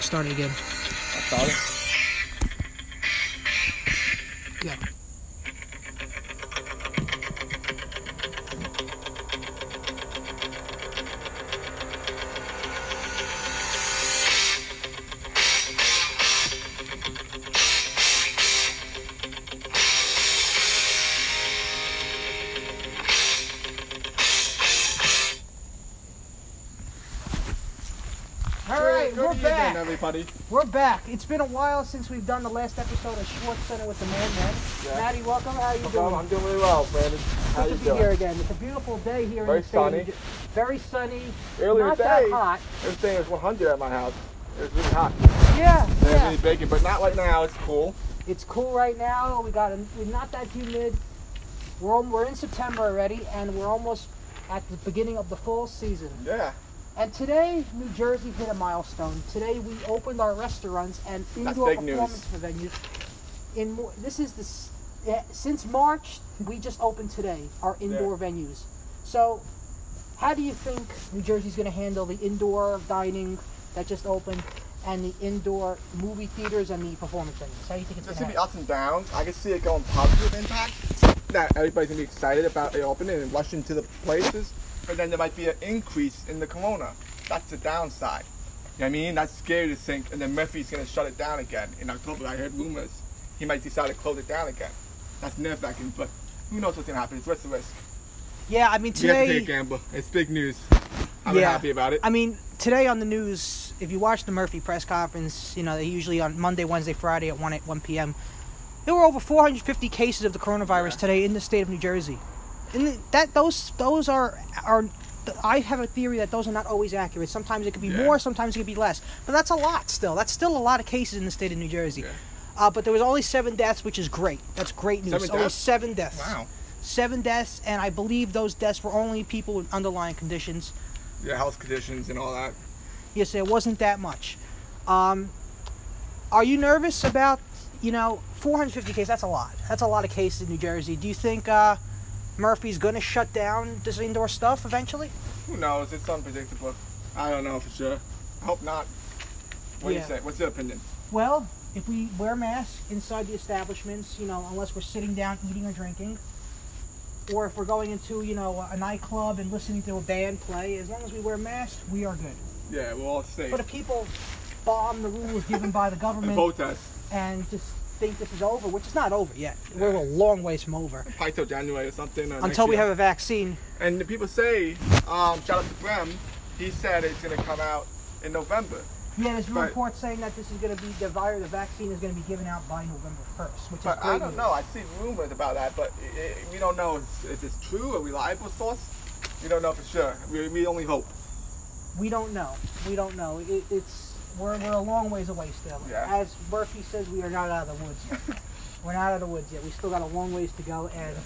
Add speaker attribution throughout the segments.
Speaker 1: Start it again.
Speaker 2: I thought it.
Speaker 1: Go.
Speaker 3: All right,
Speaker 2: Good
Speaker 3: we're
Speaker 2: evening,
Speaker 3: back.
Speaker 2: everybody.
Speaker 3: We're back. It's been a while since we've done the last episode of Schwartz Center with the Man Man.
Speaker 2: Yeah.
Speaker 3: Maddie, welcome. How you
Speaker 2: Um,
Speaker 3: doing?
Speaker 2: I'm doing really well, Brandon. How
Speaker 3: Good
Speaker 2: you
Speaker 3: to be
Speaker 2: doing?
Speaker 3: here again. It's a beautiful day here
Speaker 2: Very
Speaker 3: in the state of
Speaker 2: sunny.
Speaker 3: New Jer- Very sunny.
Speaker 2: Earlier
Speaker 3: Not
Speaker 2: today-
Speaker 3: that hot.
Speaker 2: Everything was 100 at my house. It was really hot.
Speaker 3: Yeah,
Speaker 2: It was
Speaker 3: yeah.
Speaker 2: really baking, but not right now. It's cool.
Speaker 3: It's cool right now. We got a, we're not that humid. We're al- we're in September already, and we're almost at the beginning of the fall season.
Speaker 2: Yeah.
Speaker 3: And today, New Jersey hit a milestone. Today, we opened our restaurants and indoor
Speaker 2: big news.
Speaker 3: performance venues. In more, this is the s- yeah, since March, we just opened today our indoor venues. So, how do you think New Jersey's going to handle the indoor dining that just opened? And the indoor movie theaters and the performance venues. How do you think it's
Speaker 2: There's
Speaker 3: going
Speaker 2: gonna be
Speaker 3: to
Speaker 2: ups and downs. I can see it going positive impact. That everybody's gonna be excited about it opening and rushing to the places, but then there might be an increase in the corona. That's the downside. You know what I mean? That's scary to think. And then Murphy's gonna shut it down again in October. I heard rumors he might decide to close it down again. That's nerve wracking, but who knows what's gonna happen? It's what's the risk?
Speaker 3: Yeah, I mean
Speaker 2: You have to take a gamble. It's big news. I'm
Speaker 3: Yeah.
Speaker 2: happy about it.
Speaker 3: I mean, today on the news, if you watch the Murphy press conference, you know, they usually on Monday, Wednesday, Friday at 1 at 1 p.m. There were over 450 cases of the coronavirus
Speaker 2: Yeah.
Speaker 3: today in the state of New Jersey. And that those those are are I have a theory that those are not always accurate. Sometimes it could be
Speaker 2: Yeah.
Speaker 3: more, sometimes it could be less. But that's a lot still. That's still a lot of cases in the state of New Jersey.
Speaker 2: Yeah.
Speaker 3: Uh, but there was only seven deaths, which is great. That's great news.
Speaker 2: Seven
Speaker 3: only
Speaker 2: deaths?
Speaker 3: seven deaths.
Speaker 2: Wow.
Speaker 3: Seven deaths, and I believe those deaths were only people with underlying conditions.
Speaker 2: Your health conditions and all that.
Speaker 3: Yes, it wasn't that much. Um, are you nervous about, you know, 450 cases? That's a lot. That's a lot of cases in New Jersey. Do you think uh, Murphy's going to shut down this indoor stuff eventually?
Speaker 2: Who knows? It's unpredictable. I don't know for sure. I hope not. What do
Speaker 3: Yeah.
Speaker 2: you say? What's your opinion?
Speaker 3: Well, if we wear masks inside the establishments, you know, unless we're sitting down eating or drinking, or if we're going into, you know, a nightclub and listening to a band play, as long as we wear masks, we are good.
Speaker 2: Yeah, we're all safe.
Speaker 3: But if people bomb the rules given by the
Speaker 2: and
Speaker 3: government,
Speaker 2: protest.
Speaker 3: and just think this is over, which is not over yet. We're a long ways from over.
Speaker 2: Probably till January or something. Or
Speaker 3: Until we have a vaccine.
Speaker 2: a. And the people say, um, shout out to Brem, he said it's gonna come out in November.
Speaker 3: Yeah, there's
Speaker 2: But-
Speaker 3: reports saying that this is going to be the virus, the vaccine is going to be given out by November 1st, which is
Speaker 2: But
Speaker 3: great.
Speaker 2: I don't
Speaker 3: news.
Speaker 2: know. I see rumors about that, but i i we don't know if, if it's true a reliable source. We don't know for sure. We, we only hope.
Speaker 3: We don't know. We don't know. It, it's we're, we're a long ways away still.
Speaker 2: Yeah.
Speaker 3: As Murphy says, we are not out of the woods yet. we're not out of the woods yet. We still got a long ways to go, and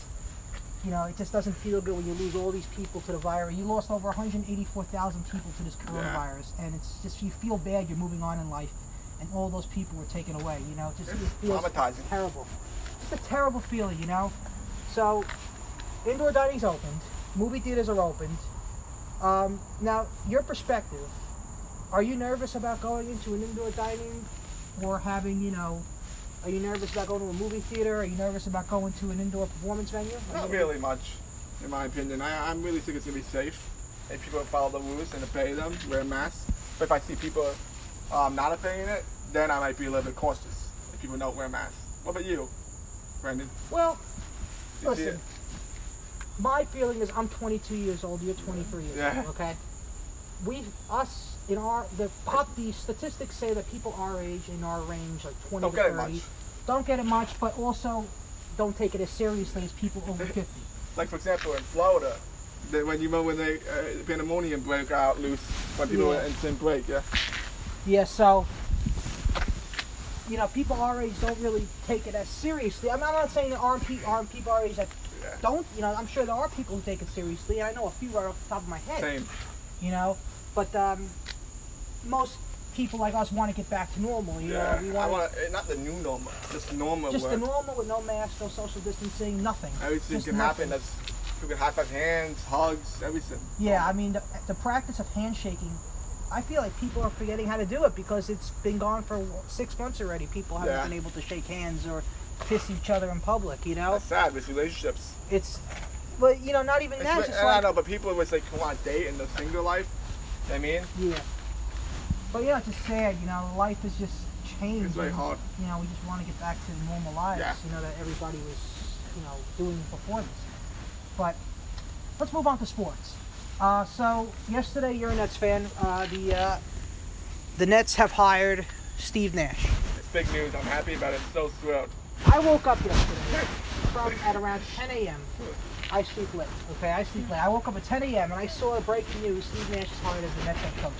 Speaker 3: you know it just doesn't feel good when you lose all these people to the virus. You lost over 184,000 people to this coronavirus, and it's just you feel bad. You're moving on in life, and all those people were taken away. You know, it just
Speaker 2: It's
Speaker 3: it feels
Speaker 2: traumatizing.
Speaker 3: terrible. It's a terrible feeling, you know. So indoor dining's opened, movie theaters are opened. Um, now, your perspective. Are you nervous about going into an indoor dining or having, you know, are you nervous about going to a movie theater? Are you nervous about going to an indoor performance venue?
Speaker 2: Not really much, in my opinion. I, I'm really think it's gonna be safe. If people follow the rules and obey them, wear masks. But if I see people um, not obeying it, then I might be a little bit cautious. If people don't wear masks. What about you, Brandon?
Speaker 3: Well,
Speaker 2: You see
Speaker 3: listen.
Speaker 2: it?
Speaker 3: My feeling is I'm 22 years old. You're 23 years
Speaker 2: Yeah.
Speaker 3: old. Okay. We, us, in our the pop, the statistics say that people our age in our range, like 20
Speaker 2: Don't
Speaker 3: to
Speaker 2: get it
Speaker 3: 30,
Speaker 2: much.
Speaker 3: don't get it much, but also don't take it as seriously as people over 50.
Speaker 2: Like for example, in Florida, they, when you remember when they uh, the pandemonium broke out loose when people
Speaker 3: Yeah.
Speaker 2: were in spring break, yeah.
Speaker 3: Yeah, so you know, people our age don't really take it as seriously. I'm I'm not saying there aren't people, aren't people our age that
Speaker 2: Yeah.
Speaker 3: don't. You know, I'm sure there are people who take it seriously. and I know a few right off the top of my head.
Speaker 2: Same.
Speaker 3: You know, but um, most people like us want to get back to normal. You
Speaker 2: Yeah.
Speaker 3: know, we
Speaker 2: I
Speaker 3: want
Speaker 2: want to not the new normal, just normal.
Speaker 3: just
Speaker 2: work.
Speaker 3: the normal with no mask, no social distancing, nothing.
Speaker 2: Everything
Speaker 3: Just
Speaker 2: can
Speaker 3: nothing.
Speaker 2: happen. That's people can high five hands, hugs, everything.
Speaker 3: Yeah, I mean the, the practice of handshaking. I feel like people are forgetting how to do it because it's been gone for six months already. People haven't
Speaker 2: Yeah.
Speaker 3: been able to shake hands or kiss each other in public. You know,
Speaker 2: That's sad with relationships.
Speaker 3: it's but you know not even
Speaker 2: It's,
Speaker 3: that.
Speaker 2: like-
Speaker 3: It's just
Speaker 2: and I
Speaker 3: like
Speaker 2: know, but people always like come on a date in the single life. You know what I mean,
Speaker 3: yeah. But yeah, it's just sad. You know, life is just changed.
Speaker 2: it's like
Speaker 3: and,
Speaker 2: hard.
Speaker 3: You know, we just want to get back to normal lives.
Speaker 2: Yeah.
Speaker 3: You know that everybody was you know doing before this. But let's move on to sports. Uh, so yesterday, you're a Nets fan. Uh, the uh, the Nets have hired Steve Nash.
Speaker 2: It's big news. I'm happy about it. So thrilled.
Speaker 3: I woke up yesterday from at around 10 a.m. I sleep late. Okay, I sleep late. I woke up at 10 a.m. and I saw breaking news: Steve Nash is hired as the Nets head coach.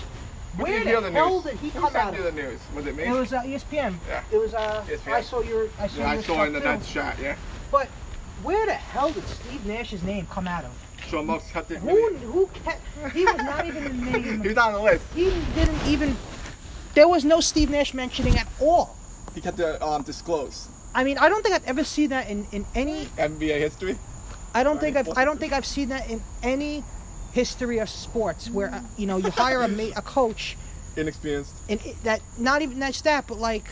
Speaker 2: Who
Speaker 3: Where
Speaker 2: did
Speaker 3: the
Speaker 2: you hear the
Speaker 3: hell
Speaker 2: news?
Speaker 3: did he
Speaker 2: Who
Speaker 3: come
Speaker 2: sent
Speaker 3: out
Speaker 2: you
Speaker 3: of?
Speaker 2: the news? Was it me?
Speaker 3: It was uh, ESPN.
Speaker 2: Yeah. E
Speaker 3: It was. Uh,
Speaker 2: ESPN.
Speaker 3: I saw your. I saw
Speaker 2: yeah,
Speaker 3: your
Speaker 2: I saw
Speaker 3: stuff
Speaker 2: in the
Speaker 3: too.
Speaker 2: Nets shot. Yeah,
Speaker 3: But where the hell did Steve Nash's name come out of?
Speaker 2: so most cut it.
Speaker 3: Who? Who? Kept, he was not even in the name.
Speaker 2: He's not on the list.
Speaker 3: He didn't even. There was no Steve Nash mentioning at all.
Speaker 2: He kept to um, disclose
Speaker 3: I mean, I don't think I've ever seen that in, in any
Speaker 2: NBA history.
Speaker 3: I don't think
Speaker 2: Right.
Speaker 3: I've I don't think I've seen that in any history of sports where uh, you know you hire a ma- a coach
Speaker 2: Inexperienced.
Speaker 3: and it, that not even that's that but like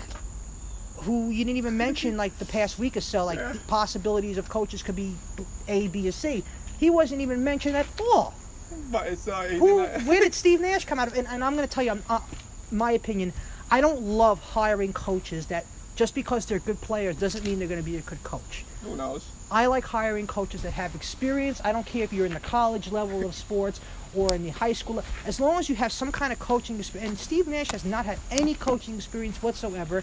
Speaker 3: who you didn't even mention like the past week or so like
Speaker 2: Yeah.
Speaker 3: the possibilities of coaches could be A B or C. He wasn't even mentioned at all.
Speaker 2: But it's uh, he
Speaker 3: Who?
Speaker 2: didn't-
Speaker 3: Where did Steve Nash come out of? And, and I'm going to tell you, I'm, uh, my opinion. I don't love hiring coaches that just because they're good players doesn't mean they're going to be a good coach.
Speaker 2: who knows?
Speaker 3: I like hiring coaches that have experience. I don't care if you're in the college level of sports or in the high school. le- As long as you have some kind of coaching experience. And Steve Nash has not had any coaching experience whatsoever.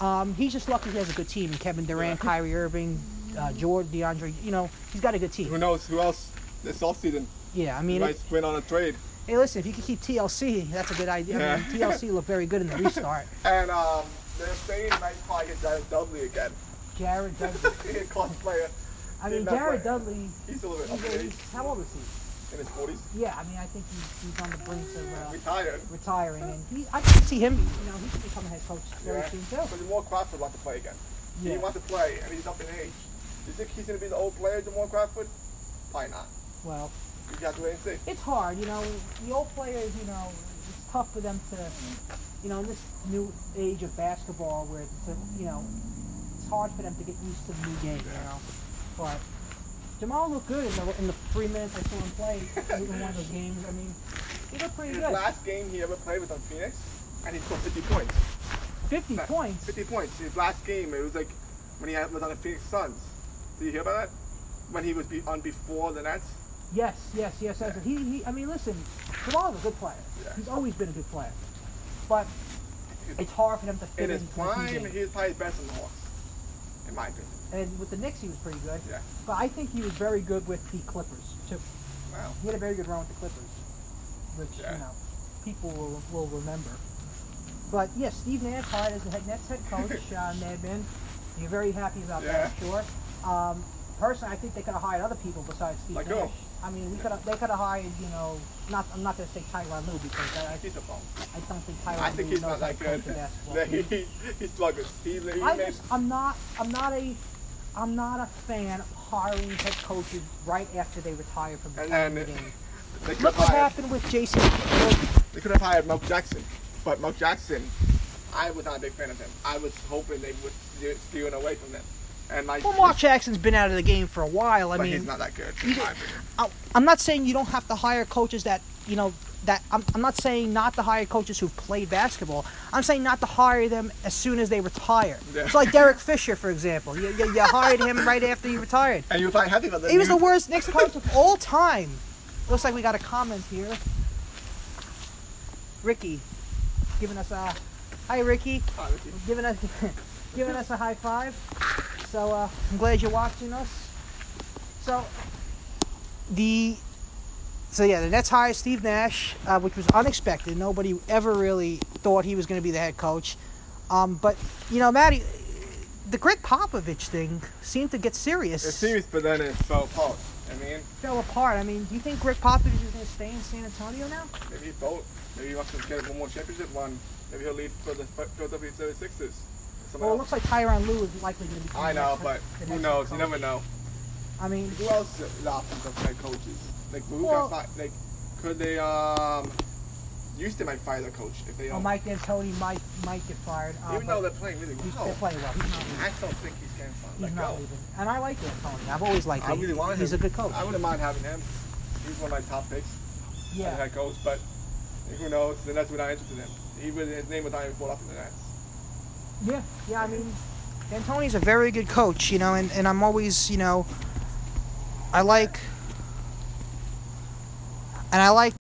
Speaker 3: Um, he's just lucky he has a good team. Kevin Durant, Kyrie Irving, uh, Jordan, DeAndre. You know, he's got a good
Speaker 2: Who
Speaker 3: team.
Speaker 2: knows? Who else? This offseason,
Speaker 3: Yeah, I
Speaker 2: he
Speaker 3: mean,
Speaker 2: might
Speaker 3: it-
Speaker 2: win on a trade.
Speaker 3: hey, listen, if you could keep TLC, that's a good idea. I mean,
Speaker 2: Yeah.
Speaker 3: TLC looked very good in the restart.
Speaker 2: And um, they're saying he might probably get Jared Dudley again.
Speaker 3: Jared Dudley.
Speaker 2: He's a class player.
Speaker 3: I mean,
Speaker 2: He's not
Speaker 3: Jared
Speaker 2: playing.
Speaker 3: Dudley.
Speaker 2: He's a little bit
Speaker 3: He's, a-
Speaker 2: underage
Speaker 3: he's, how old is he?
Speaker 2: in his 40s.
Speaker 3: Yeah, I mean, I think he's, he's on the brink of. Uh,
Speaker 2: Retired.
Speaker 3: retiring, and he, I can see him. You know, he could become a head coach very
Speaker 2: Yeah.
Speaker 3: soon too.
Speaker 2: But Jamal Crawford wants to play again.
Speaker 3: Yeah.
Speaker 2: He wants to play, and he's up in age. You think he's going to be the old player, Jamal Crawford? Probably not.
Speaker 3: Well,
Speaker 2: You just have to wait and see.
Speaker 3: it's hard, you know. The old players, you know, it's tough for them to, you know, in this new age of basketball where, it's a, you know, it's hard for them to get used to the new game, you know. But Jamal looked good in the, in the three minutes I saw him play in one of those games. I mean, he looked pretty
Speaker 2: His
Speaker 3: good.
Speaker 2: last game he ever played was on Phoenix, and he scored 50 points.
Speaker 3: 50 points.
Speaker 2: 50 points. His last game, it was like when he had- was on the Phoenix Suns. Did you hear about that? When he was be- on before the Nets?
Speaker 3: Yes, yes, yes, yes. He, he, I mean, listen, Jamal's a good player.
Speaker 2: Yeah.
Speaker 3: He's always been a good player. But it's hard for them to fit
Speaker 2: In his
Speaker 3: into the team
Speaker 2: prime,
Speaker 3: game.
Speaker 2: he was probably best on the horse, in my opinion.
Speaker 3: And with the Knicks, he was pretty good.
Speaker 2: Yeah.
Speaker 3: But I think he was very good with the Clippers, too.
Speaker 2: Wow.
Speaker 3: He had a very good run with the Clippers, which,
Speaker 2: Yeah.
Speaker 3: you know, people will, will remember. But, yes, Steve Nash hired as the head, Nets head coach, uh, Madman. You're very happy about that, I'm sure. Um, personally, I think they could have hired other people besides Steve
Speaker 2: Like who?
Speaker 3: Nash. I mean, we could have, they could have hired, you know, not I'm not going to say Tyronn Lue because I, I,
Speaker 2: He's a bum.
Speaker 3: I don't think Tyronn
Speaker 2: I think
Speaker 3: Lue
Speaker 2: he's
Speaker 3: knows how
Speaker 2: not
Speaker 3: to
Speaker 2: that
Speaker 3: coach the
Speaker 2: good.
Speaker 3: basketball.
Speaker 2: he, he, he's sluggish. He, he
Speaker 3: I
Speaker 2: made-
Speaker 3: just, I'm not, I'm not a, I'm not a fan of hiring head coaches right after they retire from the
Speaker 2: And
Speaker 3: playing
Speaker 2: then-
Speaker 3: game.
Speaker 2: they could have
Speaker 3: Look what
Speaker 2: hired,
Speaker 3: happened with Jason.
Speaker 2: they could have hired Mark Jackson, but Mark Jackson, I was not a big fan of him. I was hoping they would steer, steer it away from him. And my
Speaker 3: Well, Mark Jackson's been out of the game for a while. I
Speaker 2: but he's
Speaker 3: mean,
Speaker 2: not that good. In my opinion.
Speaker 3: I- I'm not saying you don't have to hire coaches that you know that I'm, I'm not saying not to hire coaches who've played basketball. I'm saying not to hire them as soon as they retire.
Speaker 2: Yeah.
Speaker 3: It's like Derek Fisher, for example. You, you, you hired him right after he retired.
Speaker 2: And you're probably happy about that.
Speaker 3: He was the
Speaker 2: You-
Speaker 3: worst Knicks coach of all time. Looks like we got a comment here. Ricky, giving us a hi, Ricky,
Speaker 2: Oh, Ricky.
Speaker 3: giving us giving us a high five. So uh, I'm glad you're watching us. So the so yeah, the Nets hired Steve Nash, uh, which was unexpected. Nobody ever really thought he was going to be the head coach. Um, but you know, Maddie, the Greg Popovich thing seemed to get serious
Speaker 2: It's serious, but then it fell apart. I mean,
Speaker 3: fell apart. I mean, do you think Greg Popovich is going to stay in San Antonio now?
Speaker 2: maybe he felt, maybe he wants to get one more championship one. Maybe he'll leave for the Philadelphia 76ers.
Speaker 3: Well, it looks like Tyron Lue is likely going to be.
Speaker 2: I
Speaker 3: the
Speaker 2: know,
Speaker 3: next-
Speaker 2: but
Speaker 3: the
Speaker 2: who
Speaker 3: next
Speaker 2: knows? You
Speaker 3: coach.
Speaker 2: never know.
Speaker 3: I mean,
Speaker 2: Who else is the offensive head coaches? Like who
Speaker 3: Well-
Speaker 2: got fired? Like could they um Houston might fire their coach if they
Speaker 3: Well,
Speaker 2: don't.
Speaker 3: Mike D'Antoni might might get fired. Uh,
Speaker 2: Even
Speaker 3: but
Speaker 2: though they're playing really
Speaker 3: he's,
Speaker 2: well,
Speaker 3: they're playing well. He's not leaving.
Speaker 2: I don't think he's getting fired.
Speaker 3: He's
Speaker 2: Let
Speaker 3: not
Speaker 2: go.
Speaker 3: leaving. And I like D'Antoni. I've always liked
Speaker 2: I
Speaker 3: him.
Speaker 2: really wanted
Speaker 3: He's
Speaker 2: him.
Speaker 3: a good coach.
Speaker 2: I wouldn't mind having him. He's one of my top picks.
Speaker 3: yeah.
Speaker 2: as that goes, but who knows? The Nets were not interested in him. He was his name was not even brought up in the Nets.
Speaker 3: Yeah, yeah. I mean, D'Antoni's a very good coach, you know, and, and I'm always, you know, I like, and I like